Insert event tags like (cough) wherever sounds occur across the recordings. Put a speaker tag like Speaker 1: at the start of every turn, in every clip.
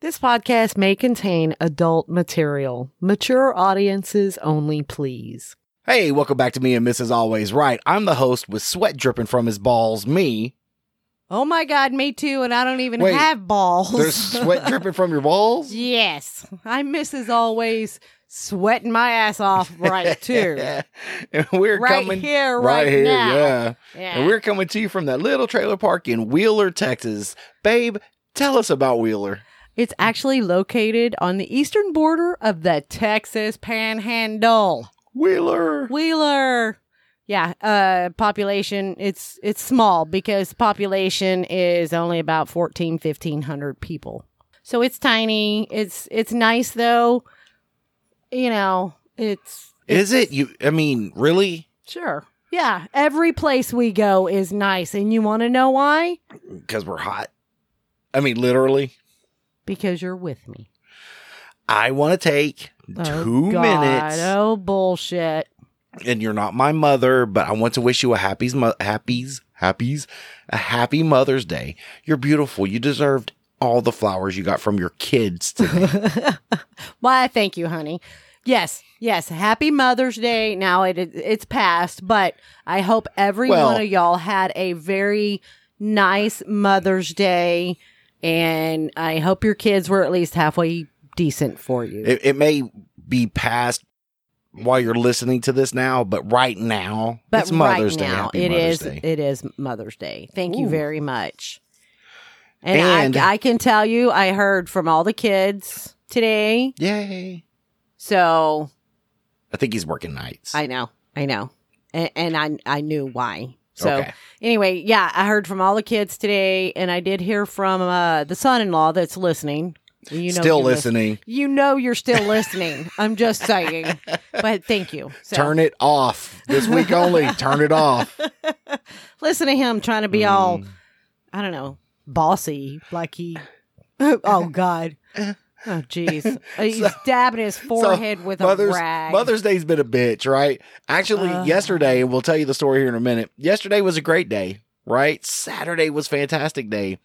Speaker 1: This podcast may contain adult material. Mature audiences only, please.
Speaker 2: Hey, welcome back to me and Miss is always right. I'm the host with sweat dripping from his balls. Me,
Speaker 3: Oh my God, me too. And I don't even
Speaker 2: Wait,
Speaker 3: have balls. (laughs)
Speaker 2: there's sweat dripping from your balls.
Speaker 3: yes. I miss as always sweating my ass off
Speaker 2: (laughs)
Speaker 3: right too.
Speaker 2: Yeah, and we're
Speaker 3: right
Speaker 2: coming
Speaker 3: here, right, now.
Speaker 2: yeah.
Speaker 3: Yeah.
Speaker 2: And we're coming to you from that little trailer park in Wheeler, Texas. Babe, tell us about Wheeler.
Speaker 3: It's actually located on the eastern border of the Texas Panhandle.
Speaker 2: Wheeler.
Speaker 3: Wheeler. Yeah, uh population it's it's small because population is only about 14 1500 people. So it's tiny. It's it's nice though. You know, it's
Speaker 2: Is it you? I mean, really?
Speaker 3: Sure. Yeah, every place we go is nice and you want to know why?
Speaker 2: Because we're hot. I mean, literally.
Speaker 3: Because you're with me.
Speaker 2: I want to take
Speaker 3: Two
Speaker 2: two minutes.
Speaker 3: Oh bullshit.
Speaker 2: and you're not my mother, but I want to wish you a happy's, mo- happy's, happy's, a happy Mother's Day. You're beautiful. You deserved all the flowers you got from your
Speaker 3: (laughs)
Speaker 2: kids. Today.
Speaker 3: Why? Thank you, honey. Yes, yes. Happy Mother's Day. Now it it's past, but I hope every
Speaker 2: Well-
Speaker 3: one of y'all had a very nice Mother's Day, and I hope your kids were at least halfway decent for you.
Speaker 2: it, it may be past while you're listening to this now, but right now,
Speaker 3: but
Speaker 2: it's Mother's
Speaker 3: right
Speaker 2: Day.
Speaker 3: now,
Speaker 2: Happy
Speaker 3: it
Speaker 2: Mother's
Speaker 3: is-
Speaker 2: Day.
Speaker 3: it is Mother's Day. Thank you
Speaker 2: Ooh.
Speaker 3: very much. And,
Speaker 2: And-
Speaker 3: I, I can tell you, I heard from all the kids today,
Speaker 2: Yay.
Speaker 3: so
Speaker 2: I think he's working nights.
Speaker 3: I know, I know, and, and I I knew why. So
Speaker 2: Okay.
Speaker 3: anyway, yeah, I heard from all the kids today, and I did hear from uh, the son-in-law that's listening. You know,
Speaker 2: Still
Speaker 3: you're lis-
Speaker 2: listening.
Speaker 3: You know, you're still listening. I'm just saying, but thank you. So,
Speaker 2: Turn it off. This week
Speaker 3: (laughs)
Speaker 2: only. Turn it off.
Speaker 3: listen to him trying to be all,
Speaker 2: Mm.
Speaker 3: I don't know, bossy, like he. (laughs) oh God. Oh
Speaker 2: (laughs)
Speaker 3: jeez, he's dabbing his forehead with a
Speaker 2: Mother's,
Speaker 3: rag.
Speaker 2: Mother's Day's been a bitch, right? Actually,
Speaker 3: Ugh.
Speaker 2: yesterday, and we'll tell you the story here in a minute. Yesterday was a great day, right? Saturday was fantastic day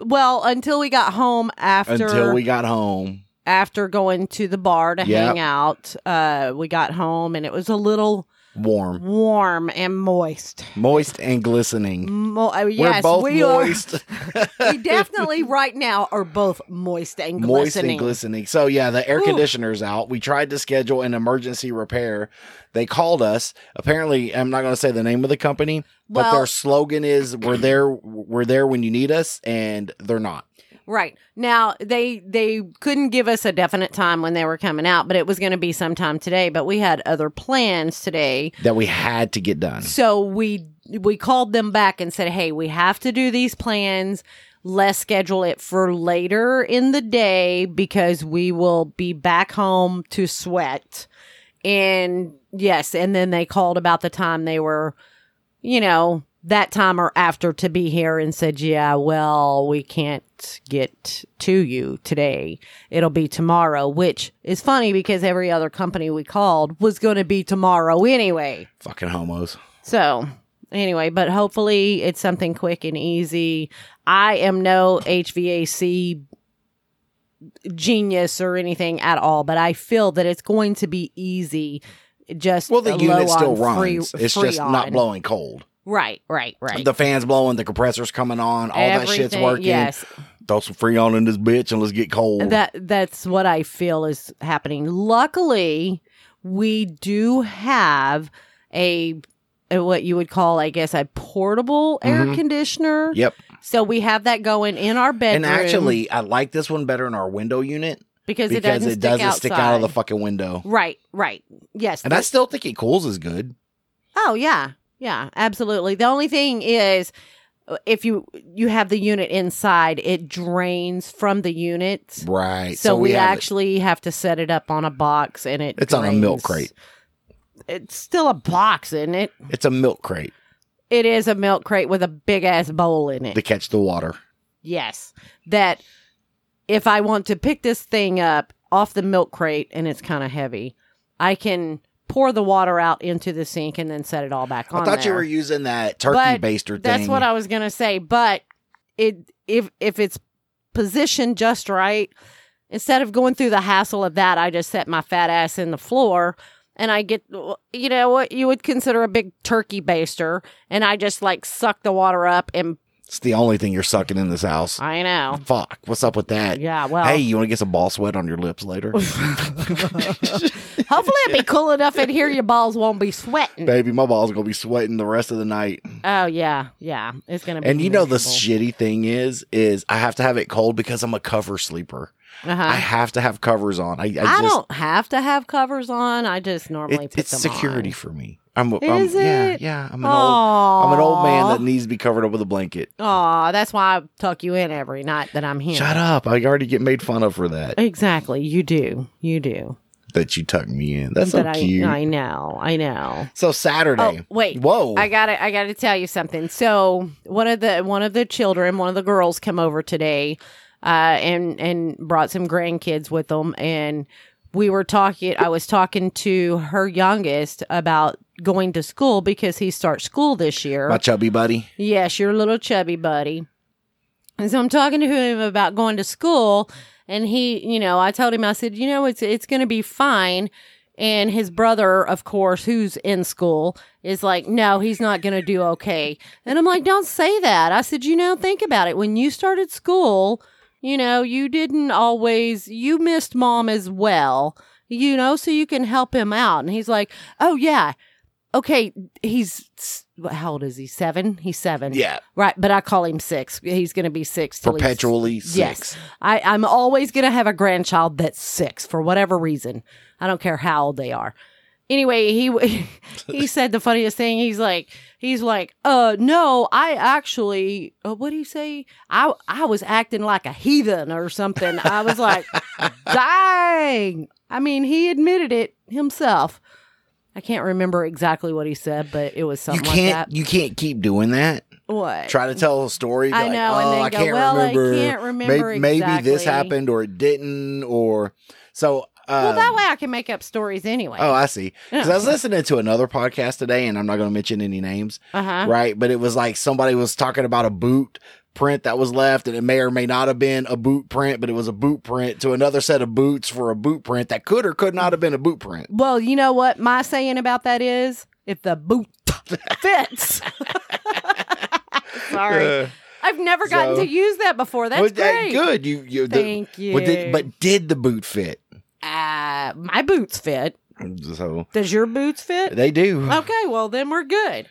Speaker 3: Well, until we got home after
Speaker 2: until we got home.
Speaker 3: after going to the bar to
Speaker 2: Yep.
Speaker 3: hang out, uh, we got home and it was a little
Speaker 2: Warm,
Speaker 3: warm and moist.
Speaker 2: moist, and glistening.
Speaker 3: Mo- uh, yes,
Speaker 2: We're both
Speaker 3: we (laughs)
Speaker 2: moist.
Speaker 3: are. we definitely right now are both moist and
Speaker 2: moist
Speaker 3: glistening.
Speaker 2: and glistening. So yeah, the air
Speaker 3: Whew.
Speaker 2: conditioner's out. We tried to schedule an emergency repair. They called us. Apparently, I'm not going to say the name of the company, but
Speaker 3: Well-
Speaker 2: their slogan is "We're there, we're there when you need us," and they're not.
Speaker 3: Right now, they they couldn't give us a definite time when they were coming out, but it was going to be sometime today. But we had other plans today,
Speaker 2: That we had to get done.
Speaker 3: so we we called them back and said, "Hey, we have to do these plans. Let's schedule it for later in the day because we will be back home to sweat." And yes, and then they called about the time they were, you know, that time or after to be here and said, "Yeah, well, we can't get to you today. It'll be tomorrow," which is funny because every other company we called was going to be tomorrow anyway.
Speaker 2: Fucking homos.
Speaker 3: So, anyway, but hopefully it's something quick and easy. I am no HVAC genius or anything at all, but I feel that it's going to be easy. Just
Speaker 2: Well, the
Speaker 3: low
Speaker 2: unit still
Speaker 3: on, free-
Speaker 2: runs. it's
Speaker 3: free
Speaker 2: just not
Speaker 3: on.
Speaker 2: blowing cold.
Speaker 3: Right, right, right.
Speaker 2: The fans blowing, the compressors coming on, all that shit's
Speaker 3: Everything-
Speaker 2: working.
Speaker 3: Yes,
Speaker 2: Throw some freon in this bitch and let's get cold.
Speaker 3: that that's what I feel is happening. Luckily, we do have a a- what you would call, I guess, a portable air
Speaker 2: Mhm.
Speaker 3: conditioner.
Speaker 2: Yep.
Speaker 3: So we have that going in our bedroom.
Speaker 2: And actually, I like this one better in our window unit
Speaker 3: because,
Speaker 2: because
Speaker 3: it doesn't, stick,
Speaker 2: stick out of the
Speaker 3: outside.
Speaker 2: fucking window.
Speaker 3: Right, right. Yes.
Speaker 2: And I still think it cools as good.
Speaker 3: oh yeah, yeah, absolutely. The only thing is, uh, if you you have the unit inside, it drains from the unit.
Speaker 2: Right.
Speaker 3: So, we,
Speaker 2: have it.
Speaker 3: actually have to set it up on a box, and it
Speaker 2: It's on a milk
Speaker 3: drains.
Speaker 2: crate.
Speaker 3: It's still a box, isn't it?
Speaker 2: It's a milk crate
Speaker 3: It is a milk crate with a big ass bowl in it.
Speaker 2: to catch the water.
Speaker 3: Yes. That if I want to pick this thing up off the milk crate and it's kind of heavy, I can pour the water out into the sink and then set it all back on.
Speaker 2: I thought you
Speaker 3: there.
Speaker 2: were using that turkey
Speaker 3: But
Speaker 2: baster thing.
Speaker 3: That's what I was going to say, but it if if it's positioned just right, Instead of going through the hassle of that, I just set my fat ass in the floor and I get, you know, what you would consider a big turkey baster. And I just like suck the water up and
Speaker 2: It's the only thing you're sucking in this house.
Speaker 3: I
Speaker 2: (laughs)
Speaker 3: know.
Speaker 2: Fuck. What's up with that?
Speaker 3: Yeah, well,
Speaker 2: Hey, you want to get some ball sweat on your
Speaker 3: (laughs)
Speaker 2: lips later? (laughs)
Speaker 3: hopefully it'll be cool enough in here your balls won't be sweating.
Speaker 2: (laughs) Baby, my balls going to be sweating the rest of the night.
Speaker 3: Oh yeah, yeah, it's gonna be.
Speaker 2: And you know the
Speaker 3: miserable.
Speaker 2: shitty thing is, is I have to have it cold because I'm a cover sleeper.
Speaker 3: Uh-huh.
Speaker 2: I have to have covers on. I, I,
Speaker 3: I,
Speaker 2: just,
Speaker 3: don't have to have covers on. I just normally
Speaker 2: it,
Speaker 3: put
Speaker 2: it's
Speaker 3: them
Speaker 2: security
Speaker 3: On.
Speaker 2: for me. I'm, I'm
Speaker 3: Is
Speaker 2: yeah,
Speaker 3: it?
Speaker 2: yeah. I'm an old, I'm an old man that needs to be covered up with a blanket.
Speaker 3: Aw, that's why I tuck you in every night that I'm here.
Speaker 2: Shut up! I already get made fun of for that.
Speaker 3: Uh, Exactly, you do, you do. that
Speaker 2: That you tuck me in. That's so
Speaker 3: I,
Speaker 2: cute.
Speaker 3: I know, I know.
Speaker 2: so Saturday.
Speaker 3: Oh, wait.
Speaker 2: Whoa.
Speaker 3: I got to I got to tell you something. So one of the one of the children, one of the girls, come over today, uh, and and brought some grandkids with them, and we were talking. I was talking to her youngest about going to school because he starts school this year.
Speaker 2: my chubby buddy.
Speaker 3: Yes, your little chubby buddy. And so I'm talking to him about going to school, and he, you know, I told him, I said, you know, it's it's going to be fine. And his brother, of course, who's in school, is like, no, he's not going to do okay. And I'm like, don't say that. I said, you know, think about it. When you started school, you know, you didn't always, you missed mom as well, you know, so you can help him out. And he's like, oh, yeah. Okay. He's, s- how old is he? Seven? He's seven.
Speaker 2: Yeah.
Speaker 3: Right, but I call him six. He's going to be six. till he's-
Speaker 2: Perpetually six.
Speaker 3: Yes, I, I'm always going to have a grandchild that's six for whatever reason. I don't care how old they are. Anyway, he (laughs) he said the funniest thing. He's like, he's like, uh, no, I actually, uh, what did he say? I I was acting like a heathen or something. I was
Speaker 2: (laughs)
Speaker 3: like, dang. I mean, he admitted it himself. I can't remember exactly what he said, but it was
Speaker 2: You
Speaker 3: something like
Speaker 2: can't.
Speaker 3: that.
Speaker 2: You can't keep doing that.
Speaker 3: What?
Speaker 2: Try to tell a story. be
Speaker 3: I
Speaker 2: like,
Speaker 3: know, and
Speaker 2: Oh,
Speaker 3: then
Speaker 2: I
Speaker 3: go,
Speaker 2: can't
Speaker 3: "Well, I
Speaker 2: remember.
Speaker 3: can't remember
Speaker 2: May- Maybe, this
Speaker 3: exactly."
Speaker 2: happened or it didn't. Or so.
Speaker 3: Well,
Speaker 2: um,
Speaker 3: that way I can make up stories anyway.
Speaker 2: Oh, I see.
Speaker 3: (laughs)
Speaker 2: Because I was listening to another podcast today, and I'm not going to mention any names,
Speaker 3: uh huh.
Speaker 2: right? But it was like somebody was talking about a boot print that was left, and it may or may not have been a boot print, but it was a boot print to another set of boots for a boot print that could or could not have been a boot print.
Speaker 3: Well, you know what my saying about that is? If the
Speaker 2: (laughs)
Speaker 3: boot fits. (laughs) Sorry.
Speaker 2: Uh,
Speaker 3: I've never gotten
Speaker 2: so-
Speaker 3: to use that before. That's
Speaker 2: but, uh,
Speaker 3: great.
Speaker 2: Good. You. you the-
Speaker 3: Thank you.
Speaker 2: But did, but did the boot fit?
Speaker 3: uh, my boots fit.
Speaker 2: So
Speaker 3: Does your boots fit?
Speaker 2: they do.
Speaker 3: (laughs) Okay, well then we're good.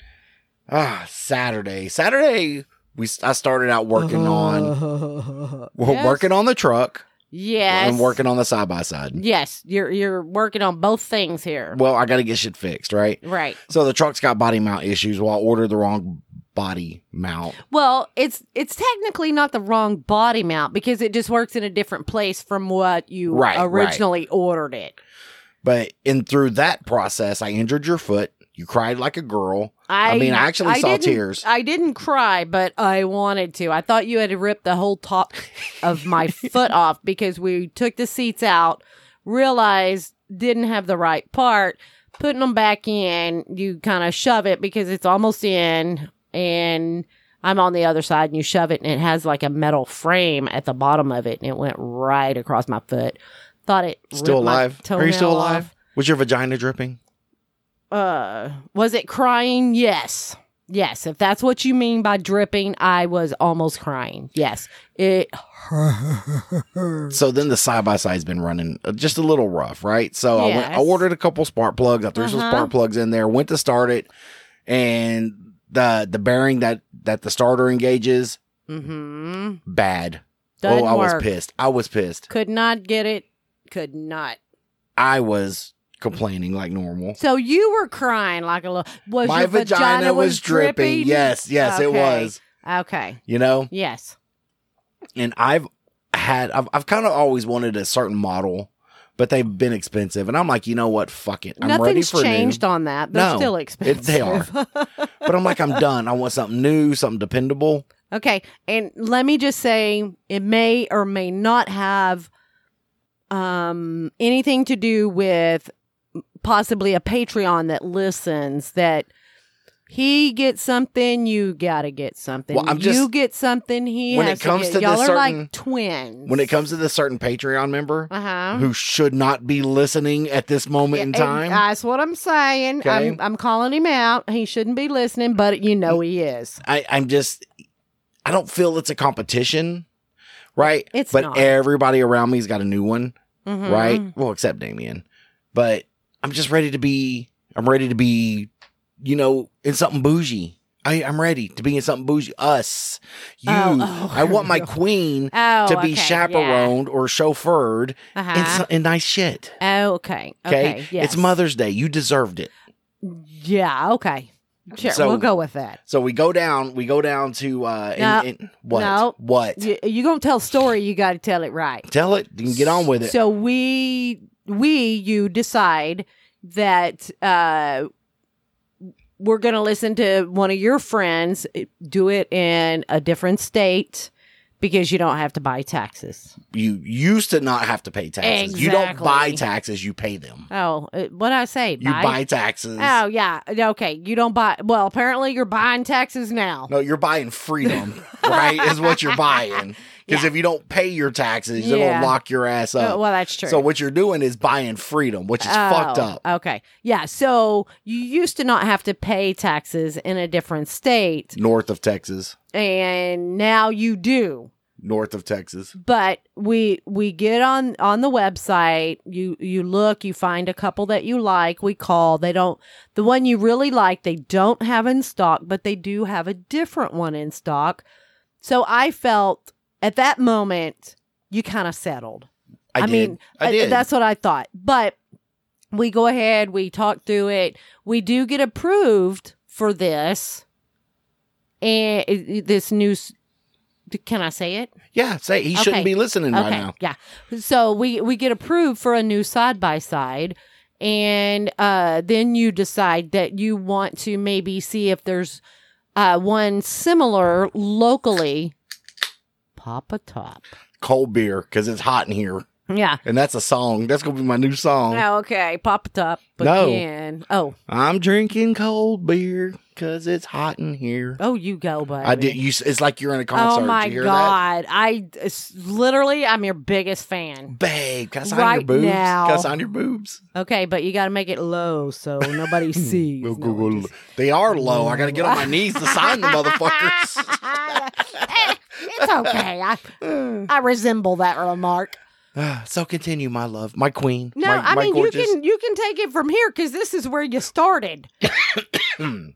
Speaker 2: Ah, Saturday. Saturday. We. s- I started out working
Speaker 3: Uh-huh. (laughs)
Speaker 2: on
Speaker 1: on.
Speaker 3: Yes.
Speaker 2: working on the truck
Speaker 3: Yes.
Speaker 2: and working on the side by side.
Speaker 3: Yes, you're you're working on both things here.
Speaker 2: Well, I got to get shit fixed, right?
Speaker 3: Right.
Speaker 2: So the truck's got body mount issues. Well, I ordered the wrong body mount.
Speaker 3: Well, it's it's technically not the wrong body mount because it just works in a different place from what you
Speaker 2: Right, right.
Speaker 3: originally ordered it.
Speaker 2: But in through that process, I injured your foot. You cried like a girl.
Speaker 3: I,
Speaker 2: I mean, I actually saw
Speaker 3: didn't- uh
Speaker 2: tears.
Speaker 3: I didn't cry, but I wanted to. I thought you had ripped the whole top of
Speaker 2: (laughs)
Speaker 3: my foot off because we took the seats out, realized didn't have the right part, putting them back in. You kind of shove it because it's almost in, and I'm on the other side, and you shove it, and it has like a metal frame at the bottom of it, and it went right across my foot. Thought it
Speaker 2: Still
Speaker 3: ripped my
Speaker 2: alive? Are you still
Speaker 3: toenail off.
Speaker 2: alive? Was your vagina dripping?
Speaker 3: uh was it crying yes yes if that's what you mean by dripping i was almost crying yes it
Speaker 2: So then the side by side's been running uh, just a little rough, right? So I went, I
Speaker 3: Yes.
Speaker 2: ordered a couple spark plugs. I threw some
Speaker 3: Uh-huh.
Speaker 2: spark plugs in there. Went to start it, and the the bearing that that the starter engages
Speaker 3: mm-hmm
Speaker 2: bad.
Speaker 3: Doesn't
Speaker 2: oh, I
Speaker 3: work.
Speaker 2: was pissed. I was pissed.
Speaker 3: could not get it could not
Speaker 2: I was complaining like normal.
Speaker 3: so you were crying like a little was
Speaker 2: My
Speaker 3: your
Speaker 2: vagina, was dripping. Yes, yes, it
Speaker 3: Okay.
Speaker 2: was.
Speaker 3: okay
Speaker 2: You know,
Speaker 3: yes
Speaker 2: and I've had I've, I've kind of always wanted a certain model, but they've been expensive, and I'm like, you know what? Fuck it. I'm ready
Speaker 3: nothing's
Speaker 2: for
Speaker 3: changed
Speaker 2: new.
Speaker 3: on that they're
Speaker 2: No,
Speaker 3: still
Speaker 2: it-
Speaker 3: expensive (laughs)
Speaker 2: they are. but I'm like, I'm done. I want something new, something dependable.
Speaker 3: Okay, and let me just say it may or may not have um anything to do with possibly a Patreon that listens that He gets something, you gotta get something.
Speaker 2: Well, I'm
Speaker 3: you
Speaker 2: just-
Speaker 3: get something, he
Speaker 2: when it
Speaker 3: has
Speaker 2: comes
Speaker 3: to
Speaker 2: to
Speaker 3: get. Y'all
Speaker 2: this
Speaker 3: are
Speaker 2: certain-
Speaker 3: like twins.
Speaker 2: When it comes to this certain Patreon member
Speaker 3: uh-huh.
Speaker 2: who should not be listening at this moment in
Speaker 3: And
Speaker 2: time,
Speaker 3: That's what I'm saying.
Speaker 2: Okay.
Speaker 3: I'm, I'm calling him out. He shouldn't be listening, but you
Speaker 2: Mm.
Speaker 3: know he is.
Speaker 2: I, I'm just, I don't feel it's a competition, right?
Speaker 3: It's
Speaker 2: but
Speaker 3: not.
Speaker 2: everybody around me's got a new one,
Speaker 3: Mhm.
Speaker 2: right? Well, except Damien. But I'm just ready to be, I'm ready to be, you know, in something bougie. I, I'm ready to be in something bougie. Us, you.
Speaker 3: Oh, oh.
Speaker 2: (laughs) I want
Speaker 3: (laughs)
Speaker 2: my queen
Speaker 3: Oh,
Speaker 2: to be
Speaker 3: okay, yeah.
Speaker 2: chaperoned or chauffeured in,
Speaker 3: Uh-huh.
Speaker 2: so- in nice shit.
Speaker 3: Oh, okay.
Speaker 2: Okay.
Speaker 3: Okay. Yes.
Speaker 2: It's Mother's Day. You deserved it.
Speaker 3: Yeah. Okay. Sure.
Speaker 2: So-
Speaker 3: we'll go with that.
Speaker 2: So we go down, we go down to uh
Speaker 3: No.
Speaker 2: and, and- what?
Speaker 3: No.
Speaker 2: What?
Speaker 3: You, you gonna tell a story? You got to tell it right.
Speaker 2: Tell it and get on with it.
Speaker 3: So we we you decide that uh we're going to listen to one of your friends eh, do it in a different state because you don't have to buy taxes.
Speaker 2: you used to not have to pay taxes. You don't
Speaker 3: Exactly.
Speaker 2: buy taxes, you pay them.
Speaker 3: Oh, what I say?
Speaker 2: You buy taxes.
Speaker 3: Oh yeah. Okay. You don't buy. Well, apparently you're buying taxes now.
Speaker 2: No, you're
Speaker 3: (laughs)
Speaker 2: buying freedom, right? Is what you're buying. Because if you don't pay your taxes, it'll
Speaker 3: Yeah.
Speaker 2: lock your ass up.
Speaker 3: Oh, well, that's true.
Speaker 2: So what you're doing is buying freedom, which is fucked
Speaker 3: Oh,
Speaker 2: up.
Speaker 3: Okay. Yeah. So you used to not have to pay taxes in a different state,
Speaker 2: North of Texas.
Speaker 3: and now you do.
Speaker 2: North of Texas.
Speaker 3: but we we get on on the website you you look you find a couple that you like we call they don't the one you really like they don't have in stock but they do have a different one in stock so i felt at that moment you kind of settled
Speaker 2: I, did.
Speaker 3: mean uh,
Speaker 2: I did.
Speaker 3: that's what i thought but we go ahead we talk through it we do get approved for this and uh, this new s- can i say it
Speaker 2: yeah, say he shouldn't
Speaker 3: Okay.
Speaker 2: be listening right
Speaker 3: okay.
Speaker 2: now.
Speaker 3: Yeah. So we we get approved for a new side by side, and uh, then you decide that you want to maybe see if there's uh, one similar locally. Papa top.
Speaker 2: Cold beer because it's hot in here.
Speaker 3: Yeah.
Speaker 2: And that's a song. That's gonna be my new song.
Speaker 3: Oh. Okay, Papa top
Speaker 2: Oh. No.
Speaker 3: again. Oh,
Speaker 2: I'm drinking cold beer because it's hot in here.
Speaker 3: oh, you go, buddy.
Speaker 2: I did. You. s- It's like you're in a concert.
Speaker 3: Oh my
Speaker 2: you hear
Speaker 3: god! I it's literally, I'm your biggest
Speaker 2: That?
Speaker 3: fan.
Speaker 2: Babe, can I sign your
Speaker 3: Right
Speaker 2: boobs?
Speaker 3: now.
Speaker 2: Can I sign your boobs? Hmm,
Speaker 3: Okay, but you got to make it low so nobody sees.
Speaker 2: (laughs) We'll
Speaker 3: No,
Speaker 2: Google.
Speaker 3: just-
Speaker 2: They are low. I gotta
Speaker 3: (laughs)
Speaker 2: get on my knees to sign the motherfuckers.
Speaker 3: Eh, it's okay. I,
Speaker 2: (sighs)
Speaker 3: I resemble that remark.
Speaker 2: Ah, so continue, my love, my queen.
Speaker 3: No,
Speaker 2: my,
Speaker 3: I
Speaker 2: my
Speaker 3: mean
Speaker 2: gorgeous.
Speaker 3: you can you can take it from here because this is where you started.
Speaker 2: Hmm.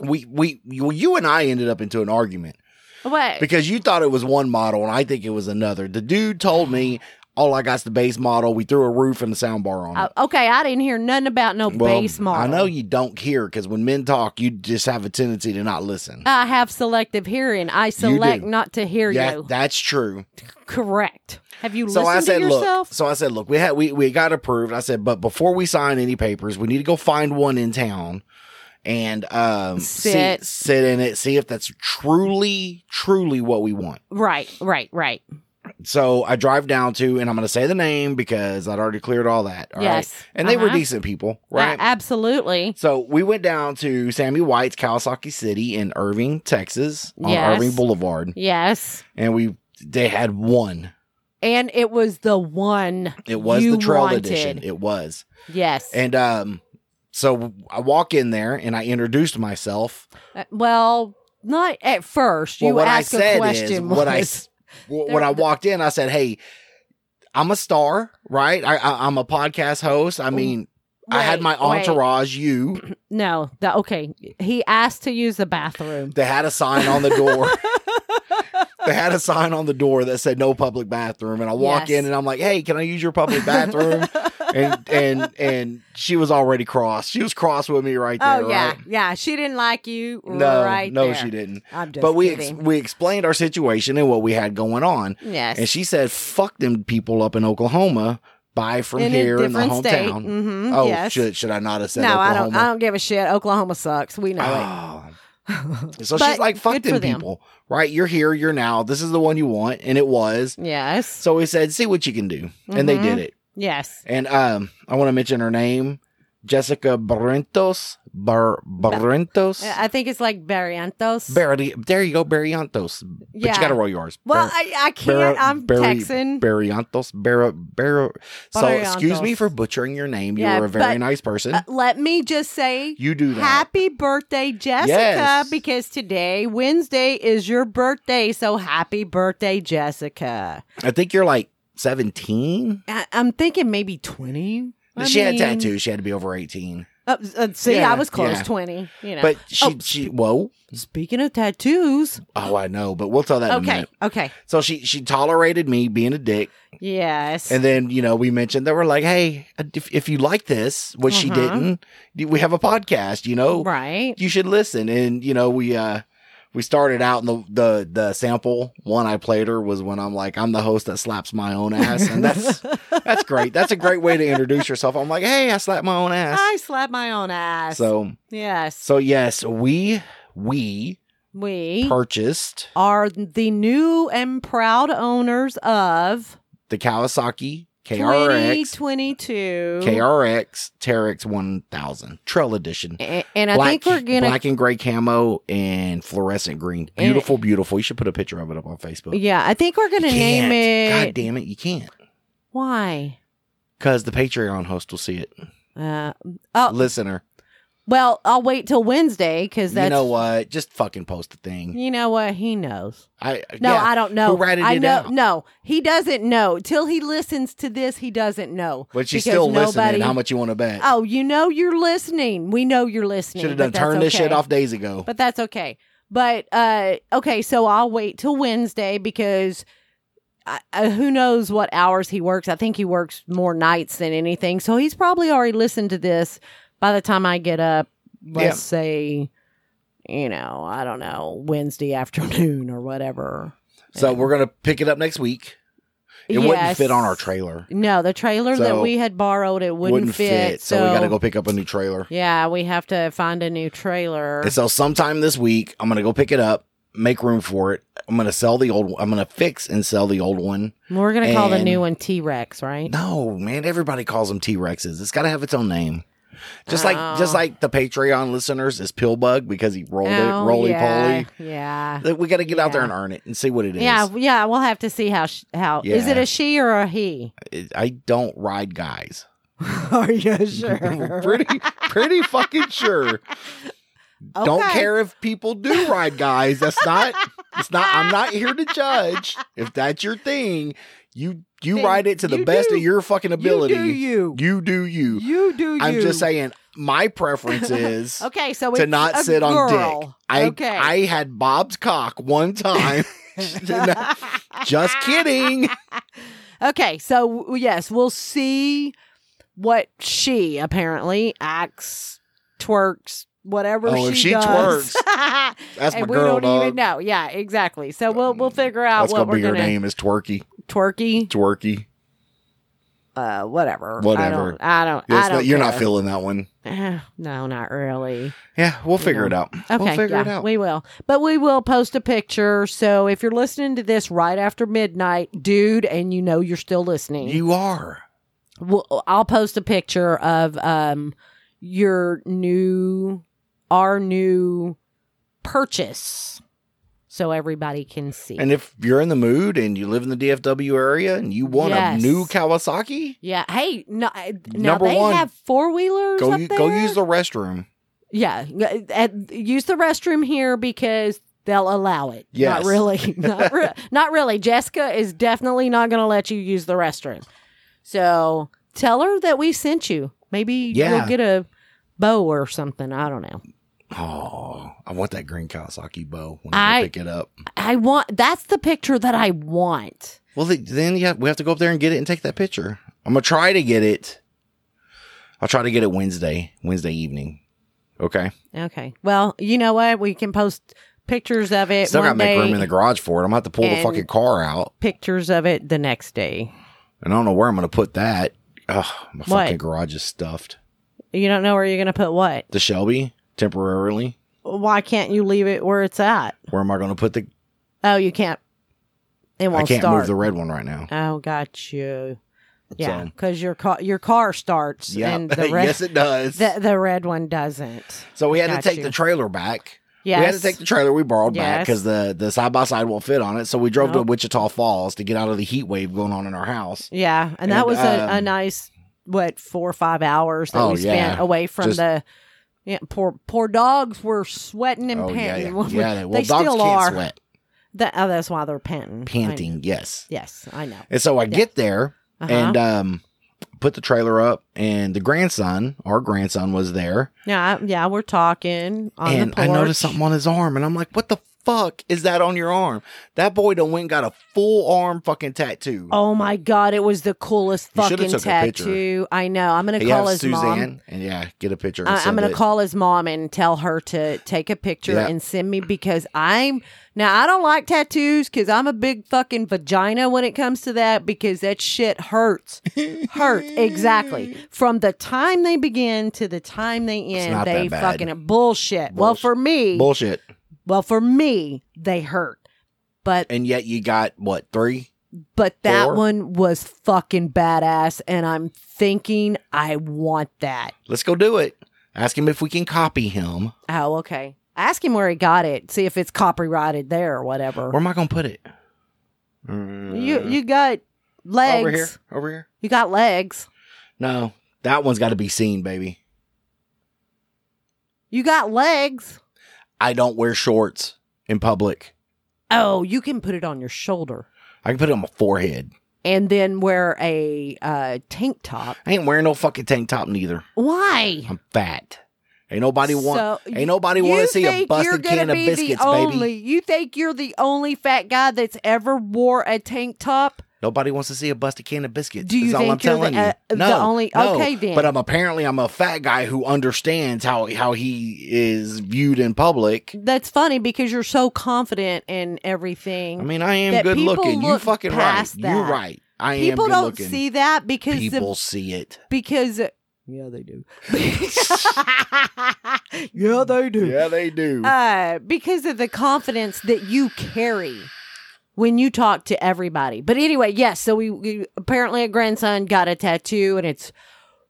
Speaker 2: We we you, you and I ended up into an argument
Speaker 3: What?
Speaker 2: because you thought it was one model and I think it was another. The dude told me all I got's the base model. We threw a roof and a sound bar on it.
Speaker 3: Uh, okay, I didn't hear nothing about no
Speaker 2: Well,
Speaker 3: base model.
Speaker 2: I know you don't hear because when men talk, you just have a tendency to not listen.
Speaker 3: I have selective hearing. I select
Speaker 2: do.
Speaker 3: not to hear
Speaker 2: yeah,
Speaker 3: you.
Speaker 2: that's true.
Speaker 3: Correct. Have you
Speaker 2: So
Speaker 3: listened
Speaker 2: I said,
Speaker 3: to
Speaker 2: look.
Speaker 3: yourself?
Speaker 2: So I said, look, we had we we got approved. I said, but before we sign any papers, we need to go find one in town and um
Speaker 3: Sit.
Speaker 2: see, sit in it, see if that's truly truly what we want.
Speaker 3: right, right, right.
Speaker 2: So I drive down to, and I'm going to say the name because I'd already cleared all that. all right?
Speaker 3: Yes.
Speaker 2: and they were
Speaker 3: Uh-huh.
Speaker 2: decent people, right?
Speaker 3: A- absolutely.
Speaker 2: So we went down to Sammy White's Kawasaki City in Irving, Texas, on
Speaker 3: Yes.
Speaker 2: Irving Boulevard,
Speaker 3: Yes.
Speaker 2: and we they had one.
Speaker 3: And it was the one.
Speaker 2: It was
Speaker 3: you
Speaker 2: the Trail
Speaker 3: wanted.
Speaker 2: Edition. It was,
Speaker 3: Yes.
Speaker 2: and um, so I walk in there and I introduced myself.
Speaker 3: Uh, well, not at first.
Speaker 2: Well,
Speaker 3: you
Speaker 2: what I
Speaker 3: asked a
Speaker 2: said
Speaker 3: question.
Speaker 2: is what I
Speaker 3: was-
Speaker 2: s- W- when I walked in, I said, "Hey, I'm a star, right? I, I, I'm a podcast host. I mean, I had
Speaker 3: Wait,
Speaker 2: my
Speaker 3: wait.
Speaker 2: entourage. You,
Speaker 3: No, the, okay. He asked to use the bathroom.
Speaker 2: They had a sign on the
Speaker 3: (laughs)
Speaker 2: door. they had a sign on the door that said no public bathroom. And I walk
Speaker 3: Yes.
Speaker 2: in and I'm like, hey, can I use your public
Speaker 3: (laughs)
Speaker 2: bathroom? and and and she was already cross. She was cross with me right there.
Speaker 3: oh yeah,
Speaker 2: right?
Speaker 3: yeah. She didn't like you.
Speaker 2: No,
Speaker 3: right
Speaker 2: no,
Speaker 3: there.
Speaker 2: she didn't.
Speaker 3: I'm just
Speaker 2: but we ex-
Speaker 3: kidding.
Speaker 2: we explained our situation and what we had going on.
Speaker 3: yes,
Speaker 2: And she said, fuck them people up in Oklahoma. Buy from here in the hometown.
Speaker 3: hmm
Speaker 2: Oh,
Speaker 3: yes.
Speaker 2: should should I not have said
Speaker 3: No, I
Speaker 2: Oklahoma?
Speaker 3: don't. I don't give a shit. Oklahoma sucks. We know
Speaker 2: Oh.
Speaker 3: it.
Speaker 2: So she's
Speaker 3: But
Speaker 2: like, fuck
Speaker 3: good for
Speaker 2: them
Speaker 3: them.
Speaker 2: people, right? You're here, you're now. This is the one you want. And it (laughs) was.
Speaker 3: yes,
Speaker 2: So
Speaker 3: Mm-hmm.
Speaker 2: we said, see what you can do. And they did it.
Speaker 3: yes.
Speaker 2: And um, I want to mention her name Jessica Barrentos. Bar- Barrentos.
Speaker 3: I think it's like Barrientos.
Speaker 2: Barry, there you go, Barrientos. But
Speaker 3: Yeah.
Speaker 2: you got to roll yours.
Speaker 3: well,
Speaker 2: Bar-
Speaker 3: I, I can't. I'm
Speaker 2: Barry-
Speaker 3: Texan.
Speaker 2: Barrientos. Bar- Bar- so, excuse me
Speaker 3: Barrientos.
Speaker 2: for butchering your name.
Speaker 3: Yeah,
Speaker 2: you were a very
Speaker 3: but-
Speaker 2: nice person.
Speaker 3: Uh, let me just say
Speaker 2: you do that.
Speaker 3: happy birthday, Jessica,
Speaker 2: Yes.
Speaker 3: because today, Wednesday, is your birthday. So happy birthday, Jessica.
Speaker 2: I think you're like 17.
Speaker 3: I- I'm thinking maybe 20. I
Speaker 2: she
Speaker 3: mean-
Speaker 2: had tattoos. She had to be over 18.
Speaker 3: Uh, uh, see,
Speaker 2: Yeah,
Speaker 3: I was close
Speaker 2: yeah.
Speaker 3: 20. You know.
Speaker 2: But she,
Speaker 3: Oh,
Speaker 2: she, whoa.
Speaker 3: speaking of tattoos,
Speaker 2: Oh, I know, but we'll tell that in a
Speaker 3: okay,
Speaker 2: minute.
Speaker 3: okay.
Speaker 2: So she, she tolerated me being a dick.
Speaker 3: Yes.
Speaker 2: And then, you know, we mentioned that we're like, hey, if, if you like this, which she
Speaker 3: Uh-huh.
Speaker 2: didn't, we have a podcast, you know,
Speaker 3: right.
Speaker 2: you should listen. And, you know, we, uh, we started out and the, the, the sample one I played her was when I'm like, I'm the host that slaps my own ass.
Speaker 3: (laughs)
Speaker 2: And that's, that's great. That's a great way to introduce yourself. I'm like, hey, I slap my own ass.
Speaker 3: I slapped my own ass.
Speaker 2: So,
Speaker 3: yes.
Speaker 2: so yes, we, we
Speaker 3: We
Speaker 2: purchased
Speaker 3: are the new and proud owners of
Speaker 2: the Kawasaki KRX,
Speaker 3: 2022.
Speaker 2: KRX Terex 1000 Trail Edition.
Speaker 3: A- And I think we're going to
Speaker 2: black and gray camo and fluorescent green.
Speaker 3: And-
Speaker 2: Beautiful, beautiful. You should put a picture of it up on Facebook.
Speaker 3: Yeah, I think we're going to
Speaker 2: You
Speaker 3: name
Speaker 2: can't.
Speaker 3: it
Speaker 2: God damn it, you can't.
Speaker 3: Why?
Speaker 2: Because the Patreon host will see it.
Speaker 3: Uh, oh,
Speaker 2: Listener,
Speaker 3: well, I'll wait till Wednesday cuz that's
Speaker 2: you know what? Just fucking post the thing.
Speaker 3: You know what? He knows.
Speaker 2: I
Speaker 3: No,
Speaker 2: yeah.
Speaker 3: I don't know.
Speaker 2: Who ratted
Speaker 3: I
Speaker 2: it
Speaker 3: know.
Speaker 2: out?
Speaker 3: No, he doesn't know. Till he listens to this, he doesn't know.
Speaker 2: but she's
Speaker 3: because
Speaker 2: still
Speaker 3: nobody-
Speaker 2: listening. How much you want to bet?
Speaker 3: Oh, you know you're listening. We know you're listening.
Speaker 2: Should have
Speaker 3: but
Speaker 2: done
Speaker 3: that's
Speaker 2: turned this shit
Speaker 3: okay.
Speaker 2: off days ago.
Speaker 3: But that's okay. But uh okay, so I'll wait till Wednesday because I, uh, who knows what hours he works. I think he works more nights than anything. So he's probably already listened to this by the time I get up, let's
Speaker 2: Yeah.
Speaker 3: say you know, I don't know, Wednesday afternoon or whatever.
Speaker 2: so we're gonna pick it up next week. It wouldn't
Speaker 3: Yes.
Speaker 2: fit on our trailer.
Speaker 3: No, the trailer that
Speaker 2: So,
Speaker 3: we had borrowed it wouldn't, fit,
Speaker 2: So, we gotta go pick up a new trailer.
Speaker 3: Yeah, we have to find a new trailer.
Speaker 2: And so sometime this week, I'm gonna go pick it up, make room for it. I'm gonna sell the old. I'm gonna fix and sell the old one.
Speaker 3: We're gonna call the
Speaker 2: and-
Speaker 3: new one T Rex, right?
Speaker 2: No, man, everybody calls them T Rexes. It's gotta have its own name. Just like
Speaker 3: Oh.
Speaker 2: just like the Patreon listeners is Pillbug because he rolled
Speaker 3: Oh,
Speaker 2: it roly
Speaker 3: yeah, Yeah.
Speaker 2: poly. We gotta get out there
Speaker 3: Yeah.
Speaker 2: and earn it and see what it is.
Speaker 3: Yeah, yeah, we'll have to see how sh- how is it
Speaker 2: Yeah.
Speaker 3: a she or a
Speaker 2: (laughs)
Speaker 3: he?
Speaker 2: It- I don't ride guys.
Speaker 3: (laughs) Are you
Speaker 2: (laughs) pretty pretty fucking sure. Don't care if people do ride guys. That's not it's not I'm not here to judge. If that's your thing, you you
Speaker 3: Then
Speaker 2: ride it to the
Speaker 3: you
Speaker 2: best
Speaker 3: do-
Speaker 2: of your fucking ability.
Speaker 3: You do you.
Speaker 2: You do you.
Speaker 3: You do you.
Speaker 2: I'm just saying
Speaker 3: (laughs)
Speaker 2: my preference is
Speaker 3: Okay, so
Speaker 2: to
Speaker 3: it's
Speaker 2: not
Speaker 3: a
Speaker 2: sit on dick.
Speaker 3: girl.
Speaker 2: I
Speaker 3: okay. (laughs)
Speaker 2: I (laughs) had Bob's cock one time. (laughs) just kidding.
Speaker 3: okay, so w- yes, we'll see what she apparently acts, twerks, whatever
Speaker 2: Oh,
Speaker 3: she,
Speaker 2: if she
Speaker 3: does. (laughs)
Speaker 2: That's my
Speaker 3: and we
Speaker 2: girl
Speaker 3: don't
Speaker 2: dog. Mm.
Speaker 3: even know. Yeah, exactly. So we'll we'll figure out
Speaker 2: That's
Speaker 3: what
Speaker 2: gonna
Speaker 3: we're
Speaker 2: be her
Speaker 3: gonna
Speaker 2: name is Twerky.
Speaker 3: twerky,
Speaker 2: Twerky.
Speaker 3: uh, whatever,
Speaker 2: Whatever.
Speaker 3: I don't. I don't,
Speaker 2: Yes,
Speaker 3: I don't
Speaker 2: you're not
Speaker 3: care.
Speaker 2: feeling that one.
Speaker 3: Eh, (sighs) no, not really.
Speaker 2: Yeah, we'll figure it out.
Speaker 3: Okay,
Speaker 2: we'll figure
Speaker 3: yeah,
Speaker 2: it out.
Speaker 3: we will. But we will post a picture. So if you're listening to this right after midnight, dude, and you know you're still listening,
Speaker 2: You are.
Speaker 3: we'll, I'll post a picture of um your new, our new purchase, so everybody can see.
Speaker 2: And if you're in the mood and you live in the DFW area and you want
Speaker 3: Yes.
Speaker 2: a new Kawasaki,
Speaker 3: yeah. Hey, no, I- now
Speaker 2: Number
Speaker 3: they
Speaker 2: one,
Speaker 3: have four wheelers.
Speaker 2: go
Speaker 3: up
Speaker 2: u- go
Speaker 3: there?
Speaker 2: use the restroom.
Speaker 3: Yeah, uh, at, use the restroom here because they'll allow it.
Speaker 2: Yes.
Speaker 3: Not
Speaker 2: (laughs)
Speaker 3: really. Not, re- not really. Jessica is definitely not going to let you use the restroom. So tell her that we sent you. Maybe
Speaker 2: Yeah.
Speaker 3: you'll get a bow or something. I don't know.
Speaker 2: Oh, I want that green Kawasaki bow when I,
Speaker 3: I-
Speaker 2: pick it up.
Speaker 3: I want that's the picture that I want.
Speaker 2: Well, th- then yeah, we have to go up there and get it and take that picture. I'm gonna try to get it. I'll try to get it Wednesday, Wednesday evening. Okay,
Speaker 3: Okay. Well, you know what? We can post pictures of it
Speaker 2: still
Speaker 3: one
Speaker 2: gotta make
Speaker 3: day,
Speaker 2: room in the garage for it. I'm gonna have to pull the
Speaker 3: And-
Speaker 2: fucking car out,
Speaker 3: pictures of it the next day.
Speaker 2: and I don't know where I'm gonna put that. Ugh, my
Speaker 3: What?
Speaker 2: fucking garage is stuffed.
Speaker 3: You don't know where you're going to put what.
Speaker 2: The Shelby temporarily.
Speaker 3: Why can't you leave it where it's at?
Speaker 2: Where am I gonna put the?
Speaker 3: Oh, you can't. It
Speaker 2: I
Speaker 3: won't
Speaker 2: can't
Speaker 3: start.
Speaker 2: move the red one right now.
Speaker 3: oh, got you. Yeah,
Speaker 2: So-
Speaker 3: because your car your car starts
Speaker 2: Yeah. (laughs)
Speaker 3: and the red
Speaker 2: yes,
Speaker 3: (laughs)
Speaker 2: it does.
Speaker 3: the, the red one doesn't.
Speaker 2: so we had
Speaker 3: got
Speaker 2: to take
Speaker 3: you.
Speaker 2: the trailer back.
Speaker 3: Yes,
Speaker 2: We had to take the trailer we borrowed back
Speaker 3: Yes.
Speaker 2: because the the side by side won't fit on it. So we drove to
Speaker 3: Nope.
Speaker 2: Wichita Falls to get out of the heat wave going on in our house.
Speaker 3: yeah, and that
Speaker 2: And,
Speaker 3: was a, a
Speaker 2: um,
Speaker 3: nice what four or five hours that
Speaker 2: Oh,
Speaker 3: we spent
Speaker 2: yeah.
Speaker 3: away from
Speaker 2: Just-
Speaker 3: the. Yeah, poor poor dogs were sweating and
Speaker 2: oh yeah,
Speaker 3: panting. (laughs)
Speaker 2: yeah.
Speaker 3: Well,
Speaker 2: yeah. Well,
Speaker 3: they
Speaker 2: dogs
Speaker 3: still
Speaker 2: can't
Speaker 3: are.
Speaker 2: sweat.
Speaker 3: That, oh, that's why they're panting. I-
Speaker 2: Panting, yes.
Speaker 3: yes, I know.
Speaker 2: And so I
Speaker 3: Yeah.
Speaker 2: get there
Speaker 3: Uh-huh.
Speaker 2: and um, put the trailer up, and the grandson, our grandson, was there,
Speaker 3: yeah, yeah, we're talking on
Speaker 2: and
Speaker 3: the
Speaker 2: I
Speaker 3: porch.
Speaker 2: noticed something on his arm, and I'm like, "What the fuck is that on your arm?" That boy done went and got a full arm fucking tattoo.
Speaker 3: Oh my god, it was the coolest
Speaker 2: You shoulda
Speaker 3: fucking
Speaker 2: took a picture.
Speaker 3: tattoo. I know. I'm gonna
Speaker 2: Hey,
Speaker 3: call
Speaker 2: have
Speaker 3: his
Speaker 2: Suzanne
Speaker 3: mom.
Speaker 2: and yeah, get a picture. and
Speaker 3: I, I'm
Speaker 2: send
Speaker 3: gonna
Speaker 2: it.
Speaker 3: call his mom and tell her to take a picture
Speaker 2: Yeah.
Speaker 3: and send me because I'm now I don't like tattoos because I'm a big fucking vagina when it comes to that because that shit hurts. Hurt
Speaker 2: (laughs)
Speaker 3: exactly from the time they begin to the time they end.
Speaker 2: not
Speaker 3: They
Speaker 2: that bad.
Speaker 3: fucking bullshit. Well,
Speaker 2: Bullsh-
Speaker 3: for me,
Speaker 2: bullshit.
Speaker 3: well for me, they hurt. But
Speaker 2: And yet you got what three?
Speaker 3: but that
Speaker 2: Four.
Speaker 3: one was fucking badass and i'm thinking i want that
Speaker 2: Let's go do it. Ask him if we can copy him.
Speaker 3: oh okay ask him where he got it see if it's copyrighted there or whatever
Speaker 2: Where am I gonna put it?
Speaker 3: you you got legs
Speaker 2: Mm. over here, over here.
Speaker 3: you got legs
Speaker 2: No, that one's got to be seen, baby.
Speaker 3: you got legs
Speaker 2: I don't wear shorts in public.
Speaker 3: oh you can put it on your shoulder
Speaker 2: I can put it on my forehead.
Speaker 3: and then wear a uh, tank top
Speaker 2: I ain't wearing no fucking tank top neither.
Speaker 3: why
Speaker 2: I'm fat. Ain't nobody want.
Speaker 3: So,
Speaker 2: Ain't nobody
Speaker 3: you
Speaker 2: want to see a
Speaker 3: think you're
Speaker 2: busted
Speaker 3: gonna
Speaker 2: can of
Speaker 3: be
Speaker 2: biscuits,
Speaker 3: the only,
Speaker 2: baby.
Speaker 3: You think you're the only fat guy that's ever wore a tank top?
Speaker 2: Nobody wants to see a busted can of biscuits.
Speaker 3: Do you
Speaker 2: is all
Speaker 3: think
Speaker 2: I'm
Speaker 3: you're the-
Speaker 2: telling you.
Speaker 3: uh, the
Speaker 2: no,
Speaker 3: only-
Speaker 2: no.
Speaker 3: okay, then.
Speaker 2: But I'm apparently I'm a fat guy who understands how how he is viewed in public.
Speaker 3: That's funny because you're so confident in everything.
Speaker 2: I mean, I am
Speaker 3: that
Speaker 2: good
Speaker 3: people
Speaker 2: looking. you
Speaker 3: look
Speaker 2: fucking right.
Speaker 3: past
Speaker 2: You're
Speaker 3: that.
Speaker 2: right. I
Speaker 3: people
Speaker 2: am good
Speaker 3: don't
Speaker 2: looking.
Speaker 3: see that because the-
Speaker 2: People
Speaker 3: (laughs)
Speaker 2: see it.
Speaker 3: because yeah they (laughs) do. yeah they do.
Speaker 2: they do.
Speaker 3: Uh, because of the confidence that you carry when you talk to everybody. But anyway, yes. So we, we apparently a grandson got a tattoo and it's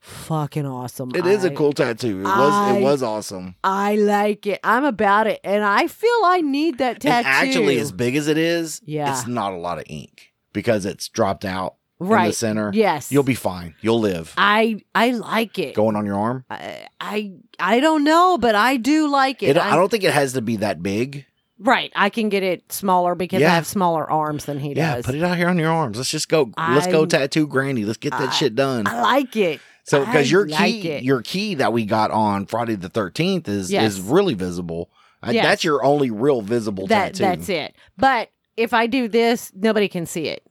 Speaker 3: fucking awesome.
Speaker 2: it is a
Speaker 3: I-
Speaker 2: cool tattoo. It was.
Speaker 3: I-
Speaker 2: it was awesome.
Speaker 3: I like it. I'm about it, and I feel I need that
Speaker 2: And
Speaker 3: tattoo.
Speaker 2: actually, as big as it is,
Speaker 3: Yeah.
Speaker 2: it's not a lot of ink because it's dropped out in the
Speaker 3: right.
Speaker 2: center.
Speaker 3: Yes,
Speaker 2: You'll be fine. You'll live.
Speaker 3: I I like it.
Speaker 2: Going on your arm.
Speaker 3: I, I I don't know, but I do like it.
Speaker 2: It, I
Speaker 3: I'm-
Speaker 2: don't think it has to be that big.
Speaker 3: right, I can get it smaller because I
Speaker 2: Yeah.
Speaker 3: have smaller arms than he
Speaker 2: Yeah,
Speaker 3: does.
Speaker 2: put it out here on your arms. Let's just go. let's
Speaker 3: I-
Speaker 2: go tattoo Granny. Let's get that
Speaker 3: I-
Speaker 2: shit done.
Speaker 3: I like it.
Speaker 2: So
Speaker 3: I
Speaker 2: because your
Speaker 3: like
Speaker 2: key,
Speaker 3: it.
Speaker 2: your key that we got on Friday the thirteenth is
Speaker 3: Yes.
Speaker 2: is really visible. I-
Speaker 3: Yes.
Speaker 2: That's your only real visible
Speaker 3: That
Speaker 2: tattoo.
Speaker 3: that's it. But if I do this, nobody can see it.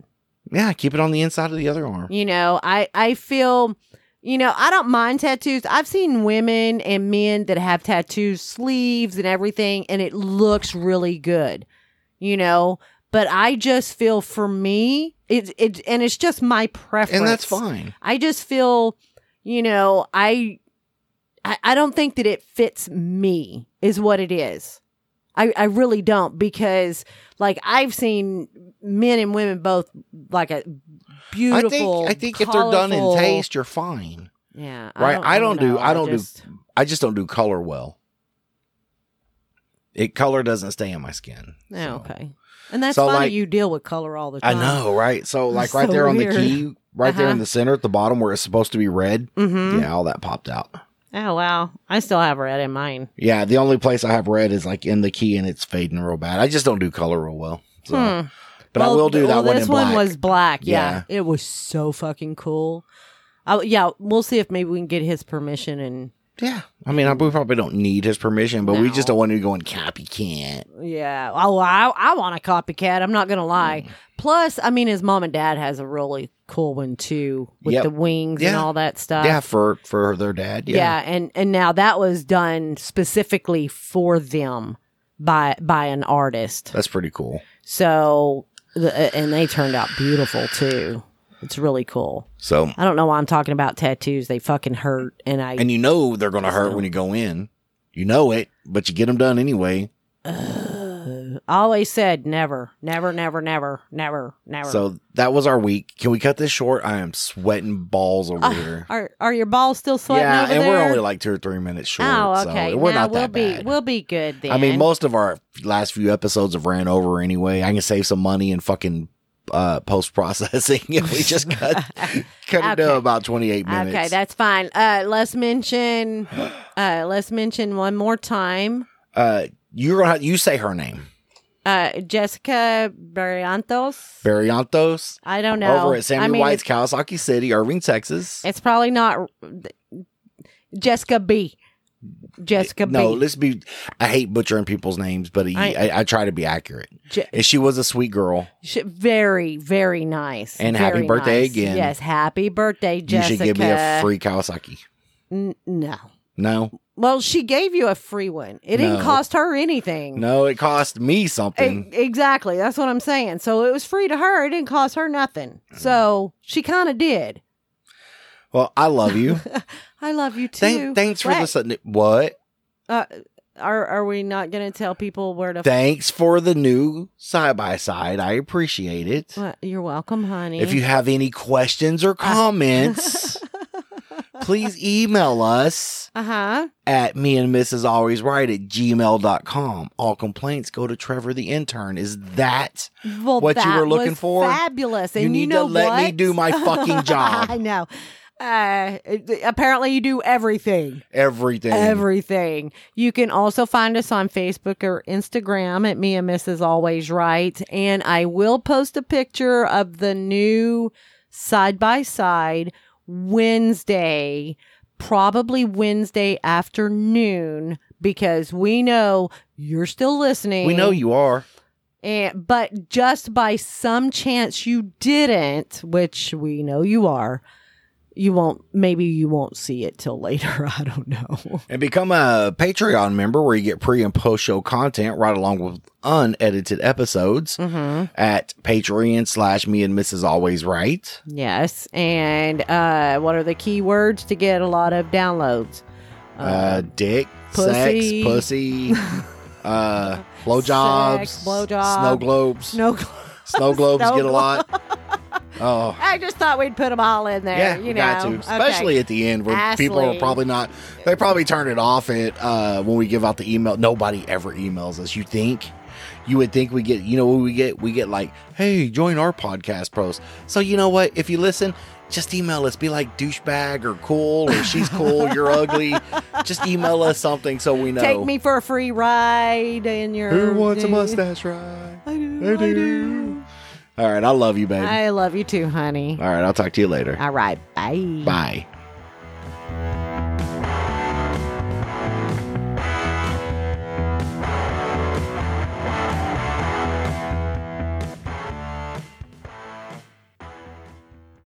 Speaker 2: Yeah, keep it on the inside of the other arm.
Speaker 3: You know, I I feel you know, I don't mind tattoos. I've seen women and men that have tattoos, sleeves and everything and it looks really good. You know, but I just feel for me it it and it's just my preference.
Speaker 2: And that's fine.
Speaker 3: I just feel, you know, I, I I don't think that it fits me is what it is. I I really don't because like I've seen men and women both like a beautiful.
Speaker 2: I think I think if they're done in
Speaker 3: colorful-
Speaker 2: taste, you're fine.
Speaker 3: yeah,
Speaker 2: right, I don't do-
Speaker 3: know.
Speaker 2: I don't do-
Speaker 3: just-
Speaker 2: I just don't do color well. It color doesn't stay on my skin.
Speaker 3: Yeah,
Speaker 2: so.
Speaker 3: Oh, okay, and that's
Speaker 2: So,
Speaker 3: funny.
Speaker 2: like-
Speaker 3: you deal with color all the
Speaker 2: I
Speaker 3: time.
Speaker 2: know, right? So like
Speaker 3: (laughs)
Speaker 2: right
Speaker 3: So
Speaker 2: there on
Speaker 3: weird.
Speaker 2: the key, right there in
Speaker 3: Uh-huh.
Speaker 2: the center at the bottom where it's supposed to be red.
Speaker 3: Mm-hmm.
Speaker 2: Yeah, all that popped out.
Speaker 3: Oh wow, I still have red in mine.
Speaker 2: Yeah, the only place I have red is like in the key and it's fading real bad. I just don't do color real well. So.
Speaker 3: Hmm.
Speaker 2: But I
Speaker 3: Well,
Speaker 2: will do
Speaker 3: th-
Speaker 2: that
Speaker 3: well,
Speaker 2: one
Speaker 3: This
Speaker 2: in
Speaker 3: one
Speaker 2: black.
Speaker 3: was black. Yeah.
Speaker 2: Yeah.
Speaker 3: it was so fucking cool. I, yeah, we'll see if maybe we can get his permission and
Speaker 2: Yeah. I mean, I, we probably don't need his permission, but we just
Speaker 3: No.
Speaker 2: don't want to go and copycat.
Speaker 3: yeah. Oh, I I want a copycat. I'm not gonna lie.
Speaker 2: Hmm.
Speaker 3: Plus, I mean, his mom and dad has a really cool one too with
Speaker 2: Yep.
Speaker 3: the wings and
Speaker 2: Yeah.
Speaker 3: all that stuff.
Speaker 2: yeah, for for their dad. Yeah.
Speaker 3: Uh, yeah, and and now that was done specifically for them by by an artist.
Speaker 2: That's pretty cool.
Speaker 3: So the, and they turned out beautiful too. It's really cool.
Speaker 2: So,
Speaker 3: I don't know why I'm talking about tattoos. They fucking hurt, and I
Speaker 2: and you know they're going to hurt when you go in. You know it, but you get them done anyway.
Speaker 3: Uh, I always said never, never, never, never, never, never.
Speaker 2: So that was our week. Can we cut this short? I am sweating
Speaker 3: (laughs)
Speaker 2: balls over here.
Speaker 3: are are your balls still sweating
Speaker 2: yeah,
Speaker 3: over
Speaker 2: and
Speaker 3: there?
Speaker 2: we're only like two or three minutes short.
Speaker 3: oh, okay.
Speaker 2: So we're
Speaker 3: now
Speaker 2: not
Speaker 3: we'll
Speaker 2: that
Speaker 3: be
Speaker 2: bad.
Speaker 3: we'll be good then.
Speaker 2: I mean, most of our last few episodes have ran over anyway. I can save some money in fucking uh, post processing if we just cut
Speaker 3: (laughs)
Speaker 2: cut it
Speaker 3: Okay.
Speaker 2: to about twenty eight minutes.
Speaker 3: okay, that's fine. Uh, let's
Speaker 2: (gasps)
Speaker 3: mention uh, let's mention one more time.
Speaker 2: uh, you're gonna have, you say her name,
Speaker 3: Uh, Jessica Barrientos.
Speaker 2: Barrientos,
Speaker 3: I don't know.
Speaker 2: over at Sammy
Speaker 3: I mean,
Speaker 2: White's
Speaker 3: it's-
Speaker 2: Kawasaki City, Irving, Texas.
Speaker 3: It's probably not Jessica B. Jessica
Speaker 2: no,
Speaker 3: B.
Speaker 2: let's be. I hate butchering people's names, but
Speaker 3: I-
Speaker 2: I, I, I try to be accurate.
Speaker 3: Je-
Speaker 2: And she was a sweet girl.
Speaker 3: Sh- very, very nice.
Speaker 2: And happy
Speaker 3: Very
Speaker 2: birthday
Speaker 3: nice.
Speaker 2: again.
Speaker 3: Yes, happy birthday, Jessica.
Speaker 2: You should give me a free Kawasaki.
Speaker 3: N- no.
Speaker 2: No,
Speaker 3: Well, she gave you a free one. It
Speaker 2: No.
Speaker 3: didn't cost her anything.
Speaker 2: no, it cost me
Speaker 3: E-
Speaker 2: something.
Speaker 3: exactly. That's what I'm saying. So it was free to her. It didn't cost her nothing. So she kind of did.
Speaker 2: well, I
Speaker 3: (laughs)
Speaker 2: love you.
Speaker 3: I love you too.
Speaker 2: Thank, thanks for
Speaker 3: Wait,
Speaker 2: the sudden. What?
Speaker 3: Uh, are are we not going to tell people where to?
Speaker 2: Thanks for the new side by side. I appreciate it.
Speaker 3: Well, you're welcome, honey.
Speaker 2: If you have any questions or comments, please email us
Speaker 3: uh huh.
Speaker 2: at me and Mrs. Always Right at gmail.com. All complaints go to Trevor the intern. Is that
Speaker 3: Well,
Speaker 2: What you
Speaker 3: that
Speaker 2: were looking
Speaker 3: was
Speaker 2: for?
Speaker 3: Fabulous.
Speaker 2: You
Speaker 3: And you,
Speaker 2: need to
Speaker 3: know
Speaker 2: let me
Speaker 3: what?
Speaker 2: do
Speaker 3: (laughs)
Speaker 2: my fucking job.
Speaker 3: I know. Uh, apparently, you do everything.
Speaker 2: everything?
Speaker 3: Everything. You can also find us on Facebook or Instagram at me and Mrs. Always Right. And I will post a picture of the new side by side Wednesday, probably Wednesday afternoon, because we know you're still listening.
Speaker 2: we know you are.
Speaker 3: And, but just by some chance you didn't, which we know you are, you won't, maybe you won't see it till (laughs) later. I don't know.
Speaker 2: And become a Patreon member where you get pre and post show content right along with unedited episodes
Speaker 3: Mm-hmm.
Speaker 2: at Patreon slash me and Mrs. Always Right.
Speaker 3: Yes. And uh, what are the key words to get a lot of downloads?
Speaker 2: uh, dick,
Speaker 3: pussy. (laughs)
Speaker 2: sex, pussy, uh, blowjobs,
Speaker 3: Sex, blowjob.
Speaker 2: snow globes, (laughs)
Speaker 3: no, (laughs)
Speaker 2: snow globes
Speaker 3: Snow
Speaker 2: get a lot. Oh,
Speaker 3: I just thought we'd put them all in there.
Speaker 2: yeah,
Speaker 3: you
Speaker 2: you
Speaker 3: know,
Speaker 2: got to,
Speaker 3: Okay.
Speaker 2: especially at the end where people are
Speaker 3: Ashley.
Speaker 2: probably not. They probably turned it off at uh, when we give out the email. Nobody ever emails us. You think. You would think we get, you know, what we get, we get like, hey, join our podcast post. So you know what? If you listen, just email us. Be like douchebag or cool
Speaker 3: (laughs)
Speaker 2: or she's cool, you're ugly. Just email us something so we know.
Speaker 3: Take me for a free ride in your.
Speaker 2: Who wants a mustache ride?
Speaker 3: I do.
Speaker 2: I
Speaker 3: I
Speaker 2: do.
Speaker 3: do.
Speaker 2: All right, I love you, babe.
Speaker 3: I love you too, honey.
Speaker 2: All right, I'll talk to you later.
Speaker 3: All right. Bye.
Speaker 2: Bye.